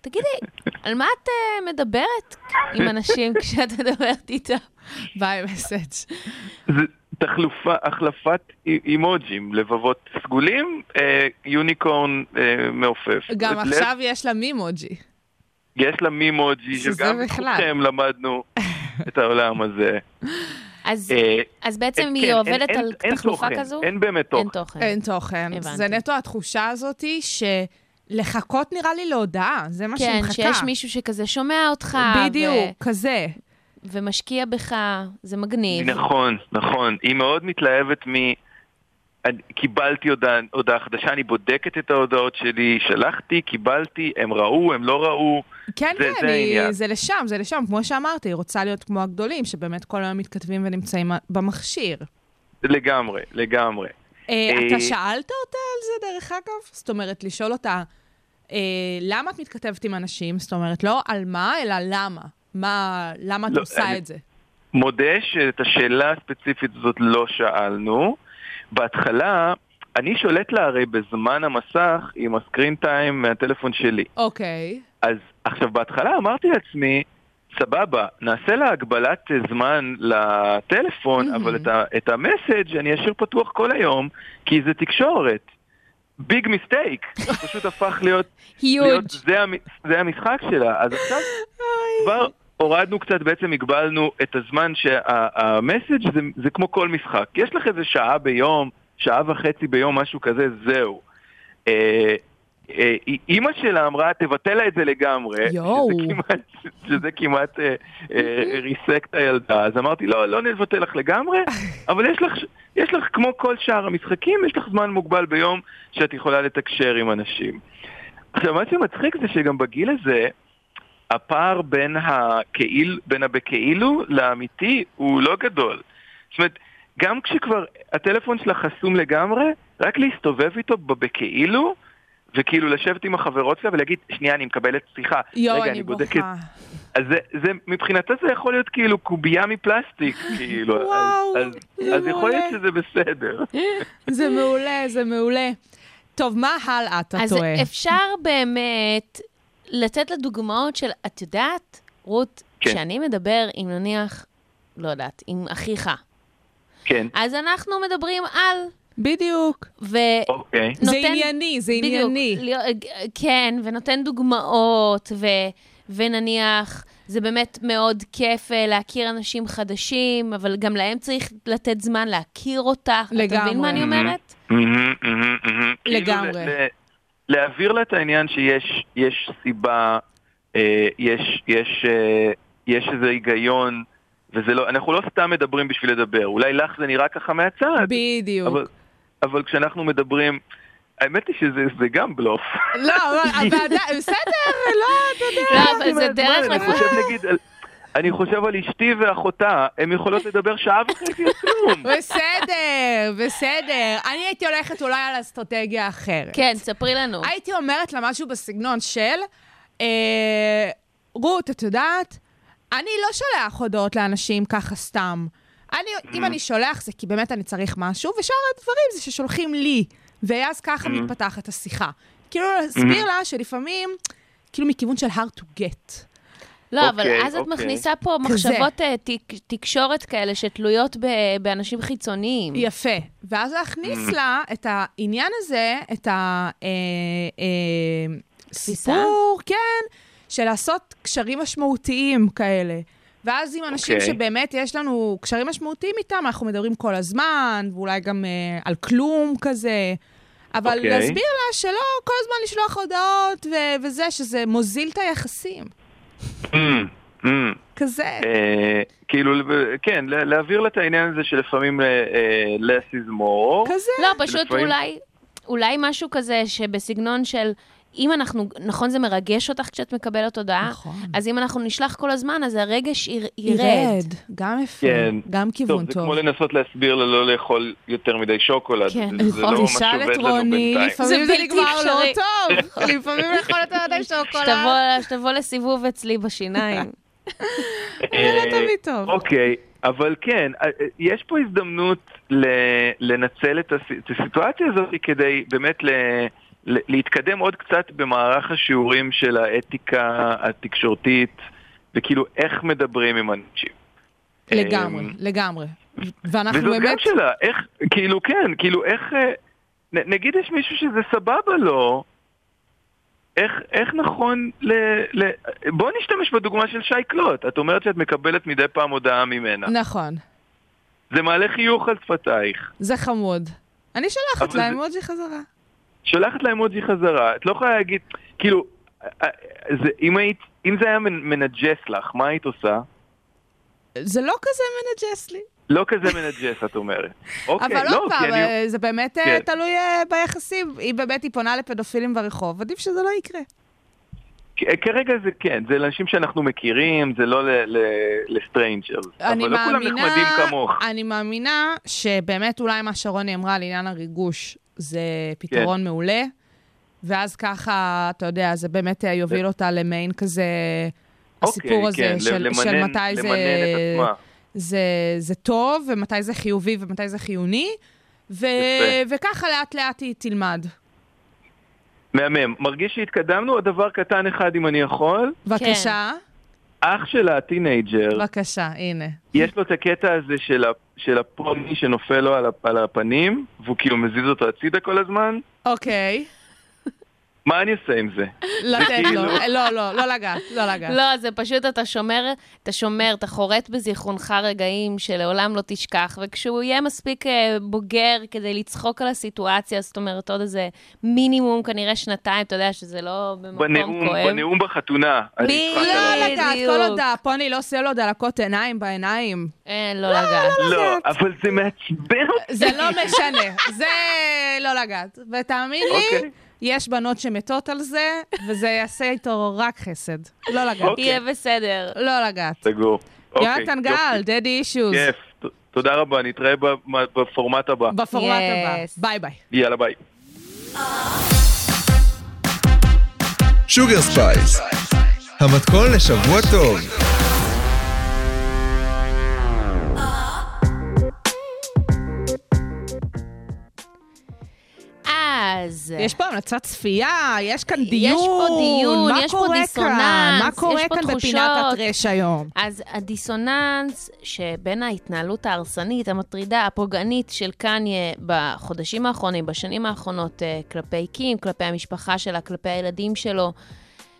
תגידי, על מה את אה, מדברת עם אנשים כשאת מדברת איתם?
ביי מסאג'.
זה תחלופה, החלפת אי- אימוג'ים, לבבות סגולים, אה, יוניקורן אה, מעופף.
גם
לב-
עכשיו יש לה מימוג'י.
יש לה מימוג'י,
שזה
שגם
בכלל.
בזכותכם למדנו את העולם הזה.
אז,
אה,
אז בעצם
אין-
היא
כן,
עובדת
אין-
על
אין
תחלופה
תוכן,
כזו?
אין באמת
אין
תוכן.
תוכן.
אין תוכן.
הבנתי.
זה נטו התחושה הזאתי לחכות נראה לי להודעה, זה מה שהיא
כן,
מחכה.
שיש מישהו אה, שכזה שומע אותך,
בדיוק, כזה.
ו- ומשקיע בך, זה מגניב.
נכון, נכון. היא מאוד מתלהבת מ... אני- קיבלתי הודעה, הודעה חדשה, אני בודקת את ההודעות שלי, שלחתי, קיבלתי, הם ראו, הם לא ראו.
כן,
זה-
כן,
זה
היא-
העניין.
זה לשם, זה לשם. כמו שאמרתי, היא רוצה להיות כמו הגדולים, שבאמת כל היום מתכתבים ונמצאים במכשיר.
לגמרי, לגמרי.
אה,
אה,
אתה שאלת אותה על זה, דרך אגב? זאת אומרת, לשאול אותה, אה, למה את מתכתבת עם אנשים? זאת אומרת, לא על מה, אלא למה. מה, למה את
לא,
עושה
אני-
את זה?
מודה שאת השאלה הספציפית הזאת לא שאלנו. בהתחלה, אני שולט לה הרי בזמן המסך עם הסקרין טיים מהטלפון שלי.
אוקיי.
אז עכשיו, בהתחלה אמרתי לעצמי, סבבה, נעשה לה הגבלת אה, זמן לטלפון,
Mhm.
אבל את, ה- את המסאג' אני אשאיר פתוח כל היום, כי זה תקשורת. ביג מיסטייק, פשוט הפך להיות, להיות
היוג'.
זה, המ, זה המשחק שלה. אז עכשיו כבר הורדנו קצת, בעצם הגבלנו את הזמן שהמסאג' זה, זה כמו כל משחק. יש לך איזה שעה ביום, שעה וחצי ביום, משהו כזה, זהו. אה, אה, אימא שלה אמרה, תבטל לה את זה לגמרי.
יואו.
שזה כמעט, שזה כמעט אה, אה, ריסק את הילדה. אז אמרתי, לא, לא נבטל לך לגמרי, אבל יש לך, יש לך, כמו כל שאר המשחקים, יש לך זמן מוגבל ביום שאת יכולה לתקשר עם אנשים. עכשיו, מה שמצחיק זה שגם בגיל הזה, הפער בין, הכאיל, בין הבכאילו לאמיתי הוא לא גדול. זאת אומרת, גם כשכבר הטלפון שלה חסום לגמרי, רק להסתובב איתו בכאילו, וכאילו לשבת עם החברות שלה ולהגיד, שנייה, אני מקבלת שיחה.
יואו,
רגע,
אני
בודקת."
בוכה.
אז זה, זה, מבחינתה זה יכול להיות כאילו קובייה מפלסטיק, כאילו. אז-
וואו,
אז,
זה
אז יכול להיות
מעולה.
שזה בסדר.
זה מעולה, זה מעולה. טוב, מה הלאה אתה
אז
טועה?
אפשר באמת לתת לה דוגמאות של, את יודעת, רות,
כן.
כשאני מדבר עם נניח, לא יודעת, עם אחיך,
כן,
אז אנחנו מדברים על,
בדיוק.
ונותן...
אוקיי.
זה ענייני, זה ענייני.
בדיוק, לא, להיות- כן, ונותן דוגמאות, ו, ונניח, זה באמת מאוד כיף אה, להכיר אנשים חדשים, אבל גם להם צריך לתת זמן להכיר אותך. אתה
לגמרי.
מבין מה
Mm-hmm.
אני אומרת?
מהמם, מהמם, מהמם.
לגמרי.
כאילו, ל- ל- להעביר לה את העניין שיש יש סיבה, אה, יש, יש, אה, יש איזה היגיון, וזה לא, אנחנו לא סתם מדברים בשביל לדבר. אולי לך זה נראה ככה מהצד,
בדיוק.
אבל, אבל כשאנחנו מדברים, האמת היא שזה זה גם בלוף.
לא, אבל אבל עדיין, בסדר, לא, אתה יודע.
לא, אבל זה דרך
אני
נכונה.
חושב נגיד, על- אני חושב על אשתי ואחותה, הן יכולות לדבר שעה וחצי על כלום.
בסדר, בסדר. אני הייתי הולכת אולי על אסטרטגיה אחרת.
כן, ספרי לנו.
הייתי אומרת לה משהו בסגנון של, אה, רות, את יודעת, אני לא שולח הודעות לאנשים ככה סתם. אני, אם אני שולח זה כי באמת אני צריך משהו, ושאר הדברים זה ששולחים לי. ואז ככה מתפתחת השיחה. כאילו להסביר לה שלפעמים, כאילו מכיוון של hard to get.
לא, אבל
אוקיי,
אז את
אוקיי.
מכניסה פה מחשבות אה, ת- תקשורת כאלה שתלויות ב- באנשים חיצוניים.
יפה. ואז להכניס
Mm.
לה את העניין הזה, את אה,
תפיסה?
הסיפור, כן, של לעשות קשרים משמעותיים כאלה. ואז עם אנשים
אוקיי.
שבאמת יש לנו קשרים משמעותיים איתם, אנחנו מדברים כל הזמן, ואולי גם אה, על כלום כזה. אבל
אוקיי.
להסביר לה שלא כל הזמן לשלוח הודעות ו- וזה, שזה מוזיל את היחסים.
אמ, אמ.
כזה.
אה, כאילו, כן, לה- להעביר לה את העניין הזה שלפעמים אה, אה, less is more.
כזה.
לא, פשוט
לפעמים-
אולי, אולי משהו כזה שבסגנון של, אם אנחנו, נכון זה מרגש אותך כשאת מקבלת הודעה?
נכון.
אז אם אנחנו נשלח כל הזמן, אז הרגש יר- ירד.
ירד. גם יפה,
כן.
גם
טוב,
כיוון
זה
טוב.
כמו לנסות להסביר לה לא לאכול יותר מדי שוקולד.
כן,
זה- זה
נכון.
לא ממש
תשאל
עובד
את
לנו
רוני,
בינתיים.
לפעמים
זה
זה
בלתי
נגמר לא
אפשרי.
טוב. לפעמים לאכול יותר מדי שוקולד.
שתבוא, שתבוא לסיבוב אצלי בשיניים.
אה,
זה לא תמיד טוב.
אוקיי, אבל כן, אה, אה, יש פה הזדמנות ל- לנצל את הס- את הסיטואציה הזאת כדי באמת ל- ל- להתקדם עוד קצת במערך השיעורים של האתיקה התקשורתית, וכאילו איך מדברים עם אנשים.
לגמרי,
אמ,
לגמרי. ואנחנו
וזאת גם
באמת...
שאלה, איך, כאילו כן, כאילו איך, אה, נ, נגיד יש מישהו שזה סבבה לו, איך, איך נכון ל, ל... בוא נשתמש בדוגמה של שי קלוט, את אומרת שאת מקבלת מדי פעם הודעה ממנה.
נכון,
זה מעלה חיוך על שפתייך.
זה חמוד. אני שולחת
אבל
לה
זה-
אמוג'י חזרה.
שולחת להם מוג'י חזרה, את לא יכולה להגיד, כאילו, אה, זה, אם, היית, אם זה היה מנ- מנג'ס לך, מה היית עושה?
זה לא כזה מנג'ס לי.
לא כזה מנג'ס, את אומרת. אוקיי,
אבל
לא,
עוד
כי
פעם,
אני...
אה, זה באמת אה,
כן.
תלוי אה, ביחסים. אם באמת היא פונה לפדופילים ברחוב, עדיף שזה לא יקרה.
כ- כרגע זה כן, זה לאנשים שאנחנו מכירים, זה לא לסטריינג'רס. אבל
אני
לא כולם
מאמינה-
נחמדים כמוך.
אני מאמינה שבאמת אולי מה שרוני אמרה על עניין הריגוש זה פתרון
כן.
מעולה, ואז ככה, אתה יודע, זה באמת אה, יוביל אותה למעין כזה, הסיפור הזה
כן. אוקיי, כן,
של,
למנן-
של מתי זה,
למנן את עצמה.
זה, זה טוב, ומתי זה חיובי ומתי זה חיוני, ו,
יפה.
וככה לאט לאט היא תלמד.
מהמם. מרגיש שהתקדמנו? עוד דבר קטן אחד, אם אני יכול.
בבקשה,
אח שלה, הטינג'ר,
בבקשה, הנה.
יש לו את הקטע הזה של ה- של הפוני שנופל לו על ה- על הפנים, והוא כאילו מזיז אותו הצידה כל הזמן.
אוקיי,
מה אני עושה עם זה?
לתת לו.
כאילו-
לא, לא, לא לגעת, לא לגעת.
לא, זה פשוט, אתה שומר, אתה שומר, אתה חורט בזיכרונך רגעים שלעולם לא תשכח, וכשהוא יהיה מספיק אה, בוגר כדי לצחוק על הסיטואציה, זאת אומרת, עוד איזה מינימום, כנראה שנתיים, אתה יודע שזה לא במקום
בנאום,
כואב.
בנאום בחתונה. אני
בדיוק.
אצחק עליו.
לא לגעת, כל עוד
בדיוק.
הפוני לא עושה לו דלקות עיניים בעיניים.
אה, לא לגעת.
לא, אבל זה מעצבן אותי.
זה לא משנה, זה לא לגעת. ותאמין לי,
אוקיי.
יש בנות שמתות על זה, וזה יעשה איתו רק חסד. לא לגעת.
אוקיי.
יהיה בסדר.
לא לגעת.
סגור. אוקיי,
יונתן
יופי.
גל, דדי אישוז,
כיף. ת- תודה רבה, נתראה ב- מה- בפורמט הבא.
בפורמט הבא.
Yes.
ביי ביי.
יאללה ביי.
שוגר ספייס, המתכון לשבוע טוב.
אז...
יש פה המלצת צפייה, יש כאן דיון.
יש פה דיון,
מה
יש פה
קורה כאן?
דיסוננס,
מה
יש
קורה
פה
כאן
תחושות.
בפינת הטרש היום?
אז הדיסוננס שבין ההתנהלות ההרסנית, המטרידה, הפוגענית של קניה בחודשים האחרונים, בשנים האחרונות, אה, כלפי קים, כלפי המשפחה שלה, כלפי הילדים שלו,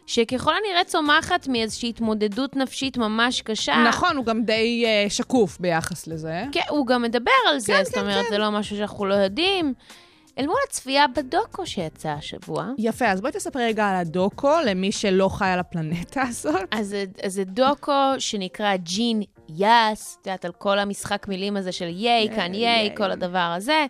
שככל הנראה צומחת מאיזושהי התמודדות נפשית ממש קשה.
נכון, הוא גם די אה, שקוף ביחס לזה.
כן, הוא גם מדבר על זה,
כן,
זאת
כן,
אומרת, זה לא משהו שאנחנו לא יודעים. אל מול הצפייה בדוקו שיצא השבוע.
יפה, אז בואי תספרי רגע על הדוקו, למי שלא חי על הפלנטה הזאת.
אז זה- אז זה דוקו שנקרא ג'ין יאס, את יודעת, על כל המשחק מילים הזה של ייי, כאן ייי, כל הדבר הזה.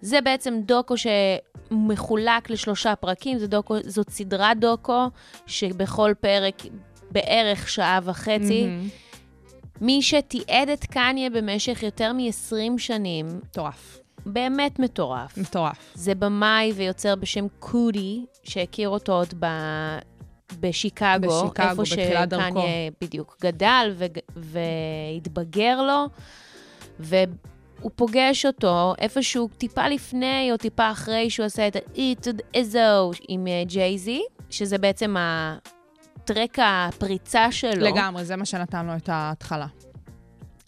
זה בעצם דוקו שמחולק לשלושה פרקים, זה דוקו, זאת סדרת דוקו, שבכל פרק בערך שעה וחצי. מי שתיעד את קניה במשך יותר מ-20 שנים,
מטורף.
באמת מטורף.
מטורף.
זה במאי ויוצר בשם קודי, שהכיר אותו עוד ב... בשיקגו,
בשיקגו,
איפה
בתחילת דרכו.
שקניה בדיוק גדל ו... והתבגר לו, והוא פוגש אותו איפשהו טיפה לפני או טיפה אחרי שהוא עשה את ה-Eat to Izzo עם ג'ייזי, שזה בעצם הטרק הפריצה שלו.
לגמרי, זה מה שנתן לו את ההתחלה.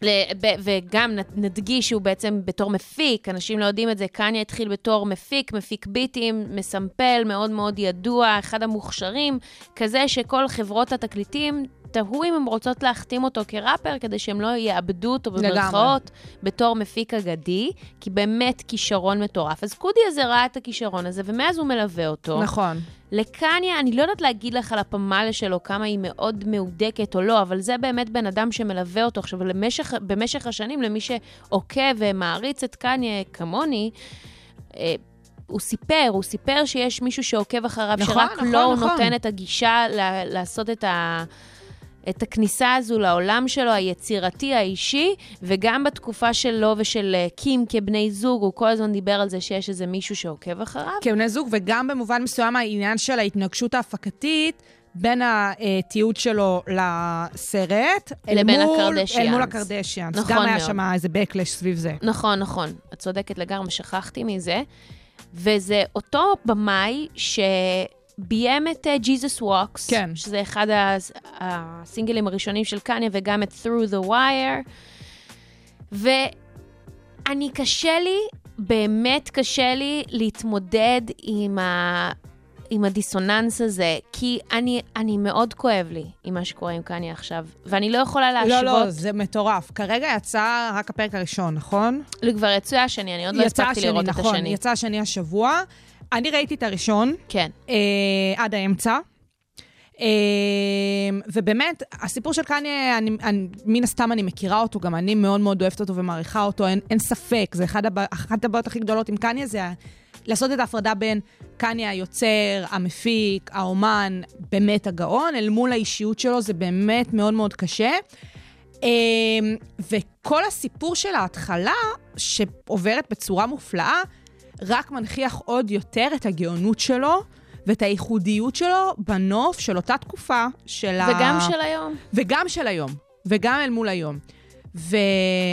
ל- ב- וגם נ- נדגיש שהוא בעצם בתור מפיק, אנשים לא יודעים את זה, קניה התחיל בתור מפיק, מפיק ביטים, מסמפל, מאוד מאוד ידוע, אחד המוכשרים, כזה שכל חברות התקליטים תהו אם הן רוצות להחתים אותו כראפר, כדי שהם לא יאבדו אותו
לגמרי.
במרכאות בתור מפיק אגדי, כי באמת כישרון מטורף. אז קודי הזה ראה את הכישרון הזה, ומאז הוא מלווה אותו.
נכון.
לקניה, אני לא יודעת להגיד לך על הפמלה שלו כמה היא מאוד מהודקת או לא, אבל זה באמת בן אדם שמלווה אותו. עכשיו, למשך, במשך השנים, למי שעוקב ומעריץ את קניה כמוני, אה, הוא סיפר, הוא סיפר שיש מישהו שעוקב אחריו,
נכון,
שרק
נכון,
לו
נכון.
הוא נותן את הגישה ל- לעשות את ה... את הכניסה הזו לעולם שלו, היצירתי, האישי, וגם בתקופה שלו ושל אה, קים כבני זוג, הוא כל הזמן דיבר על זה שיש איזה מישהו שעוקב אחריו.
כבני זוג, וגם במובן מסוים העניין של ההתנגשות ההפקתית בין התיעוד שלו לסרט, אל
לבין
מול-
הקרדשיאנס.
אל מול הקרדשיאנס.
נכון
גם היה
מאוד.
שם איזה backlash סביב זה.
נכון, נכון. את צודקת לגמרי, שכחתי מזה. וזה אותו במאי שביים את ג'יזוס ווקס,
כן.
שזה אחד הס- הסינגלים הראשונים של קניה, וגם את Through the Wire. ואני, קשה לי, באמת קשה לי להתמודד עם ה... עם הדיסוננס הזה, כי אני, אני מאוד כואב לי עם מה שקורה עם קניה עכשיו, ואני לא יכולה
לא,
להשוות.
לא, זה מטורף. כרגע יצא רק הפרק הראשון, נכון?
כבר יצא השני, אני עוד לא
יצא
הספקתי
השני,
לראות את
נכון,
השני.
יצא השני השבוע. אני ראיתי את הראשון,
כן.
אה, עד האמצע. אה, ובאמת, הסיפור של קניה, אני, אני, מן הסתם אני מכירה אותו, גם אני מאוד מאוד אוהבת אותו ומעריכה אותו, אין, אין ספק, זה אחד הבע, אחת הבעיות הכי גדולות עם קניה, זה ה- לעשות את ההפרדה בין קניה היוצר, המפיק, האומן, באמת הגאון, אל מול האישיות שלו, זה באמת מאוד מאוד קשה. אמ, וכל הסיפור של ההתחלה, שעוברת בצורה מופלאה, רק מנכיח עוד יותר את הגאונות שלו ואת הייחודיות שלו בנוף של אותה תקופה של ה...
וגם של היום.
וגם של היום. וגם אל מול היום. ו...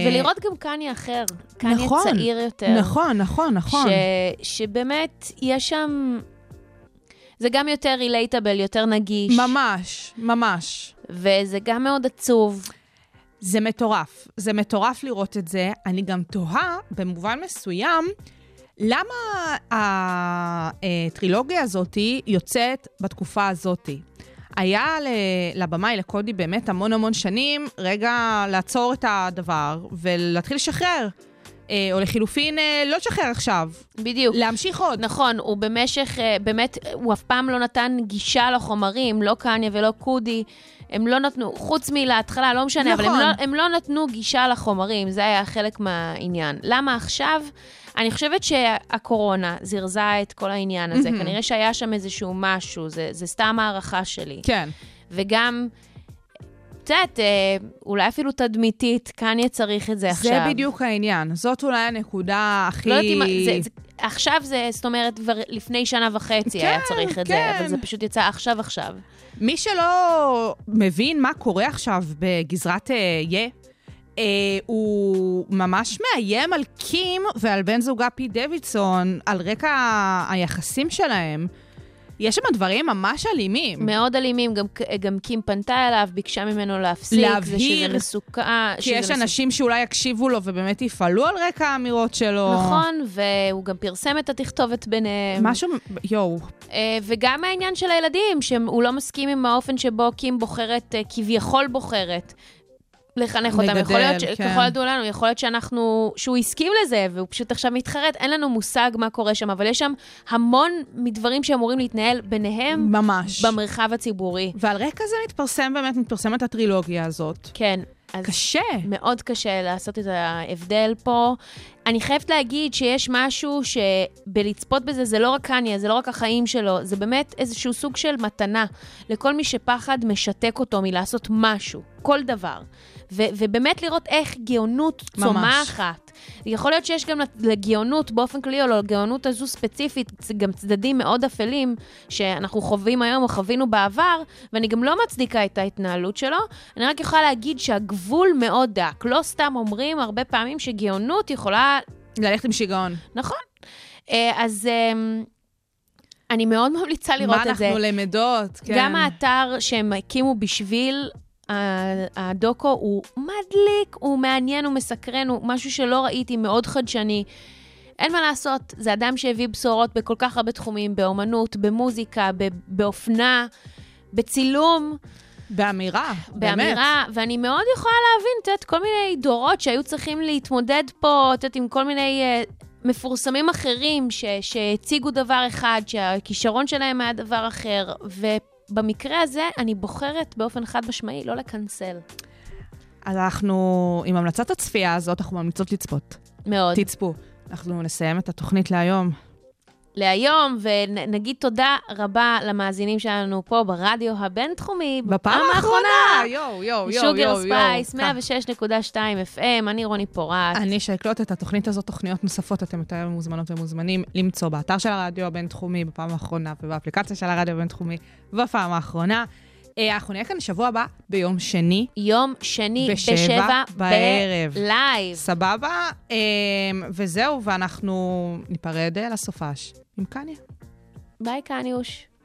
ולראות גם קניה אחר. קניה
אה, נכון,
צעיר יותר.
נכון, נכון, נכון.
ש... שבאמת, יש שם... זה גם יותר רילייטבל, יותר נגיש.
ממש, ממש.
וזה גם מאוד עצוב.
זה מטורף. זה מטורף לראות את זה. אני גם תוהה, במובן מסוים, למה הטרילוגיה הזאת יוצאת בתקופה הזאת. היה ל- לבמאי, לקודי, באמת המון המון שנים, רגע לעצור את הדבר ולהתחיל לשחרר. אה, או לחילופין, אה, לא לשחרר עכשיו,
בדיוק.
להמשיך עוד.
נכון, הוא במשך, אה, באמת, הוא אף פעם לא נתן גישה לחומרים, לא קניה ולא קודי. הם לא נתנו, חוץ מלהתחלה, לא משנה, אבל הם
נכון.
לא, הם לא נתנו גישה לחומרים, זה היה חלק מהעניין. למה עכשיו? אני חושבת שהקורונה זירזה את כל העניין הזה.
מהמם.
כנראה שהיה שם איזשהו משהו, זה, זה סתם הערכה שלי.
כן.
וגם, את יודעת, אה, אולי אפילו תדמיתית, קניה צריך את זה עכשיו.
זה בדיוק העניין. זאת אולי הנקודה הכי...
לא יודעת אם... ה- זה, זה, עכשיו זה, זאת אומרת, כבר לפני שנה וחצי היה
כן,
צריך את
כן.
זה, אבל זה פשוט יצא עכשיו עכשיו.
מי שלא מבין מה קורה עכשיו בגזרת אה, יה, אה, הוא ממש מאיים על קים ועל בן זוגה פי דוידסון על רקע היחסים שלהם. יש שם דברים ממש אלימים.
מאוד אלימים, גם, גם קים פנתה אליו, ביקשה ממנו להפסיק, זה
להבהיר,
שזה מסוכן.
כי יש
שזה
אנשים שאולי יקשיבו לו ובאמת יפעלו על רקע האמירות שלו.
מסוכן. נכון, והוא גם פרסם את התכתובת ביניהם.
משהו, יואו,
אה, וגם העניין של הילדים, שהוא לא מסכים עם האופן שבו קים בוחרת, אה, כביכול בוחרת. לחנך אותם,
לגדל,
יכול להיות, ש...
כן.
ככל ידוע לנו, יכול להיות שאנחנו, שהוא הסכים לזה, והוא פשוט עכשיו מתחרט, אין לנו מושג מה קורה שם, אבל יש שם המון מדברים שאמורים להתנהל ביניהם
ממש.
במרחב הציבורי.
ועל רקע זה מתפרסם באמת, מתפרסמת הטרילוגיה הזאת.
כן, אז
קשה.
מאוד קשה לעשות את ההבדל פה. אני חייבת להגיד שיש משהו שבלצפות בזה, זה לא רק קניה, זה לא רק החיים שלו, זה באמת איזשהו סוג של מתנה לכל מי שפחד משתק אותו מלעשות משהו, כל דבר. ו- ובאמת לראות איך גאונות
ממש.
צומחת. יכול להיות שיש גם לגאונות באופן כללי, או לגאונות הזו ספציפית, צ- גם צדדים מאוד אפלים שאנחנו חווים היום או חווינו בעבר, ואני גם לא מצדיקה את ההתנהלות שלו, אני רק יכולה להגיד שהגבול מאוד דק. לא סתם אומרים הרבה פעמים שגאונות יכולה...
ללכת עם שיגעון.
נכון. אה, אז אמ, אני מאוד ממליצה לראות
מה
את זה.
אנחנו למדות, כן.
גם האתר שהם הקימו בשביל ה- הדוקו הוא מדליק, הוא מעניין, הוא מסקרן, הוא משהו שלא ראיתי, מאוד חדשני. אין מה לעשות, זה אדם שהביא בשורות בכל כך הרבה תחומים, באומנות, במוזיקה, ב- באופנה, בצילום.
באמירה, באמת.
באמירה, ואני מאוד יכולה להבין, את יודעת, כל מיני דורות שהיו צריכים להתמודד פה, את יודעת, עם כל מיני אה, מפורסמים אחרים ש, שהציגו דבר אחד, שהכישרון שלהם היה דבר אחר, ובמקרה הזה אני בוחרת באופן חד משמעי לא לקנסל.
אז אנחנו, עם המלצת הצפייה הזאת, אנחנו ממליצות לצפות.
מאוד.
תצפו. אנחנו נסיים את התוכנית להיום.
להיום, ונגיד תודה רבה למאזינים שלנו פה ברדיו הבינתחומי.
בפעם האחרונה! יואו, יואו, יואו,
שוגר
יואו, יואו.
ספייס, 106.2 FM, אני רוני פורט.
אני שאקלוט את התוכנית הזאת, תוכניות נוספות, אתם יותר מוזמנות ומוזמנים למצוא באתר של הרדיו הבינתחומי בפעם האחרונה ובאפליקציה של הרדיו הבינתחומי בפעם האחרונה. אה, אנחנו נהיה כאן שבוע הבא ביום שני,
יום שני
בשבע
בשבע,
בערב.
בלייב.
סבבה? אה, וזהו, ואנחנו ניפרד אה, לסופש עם קניה.
ביי, קניוש.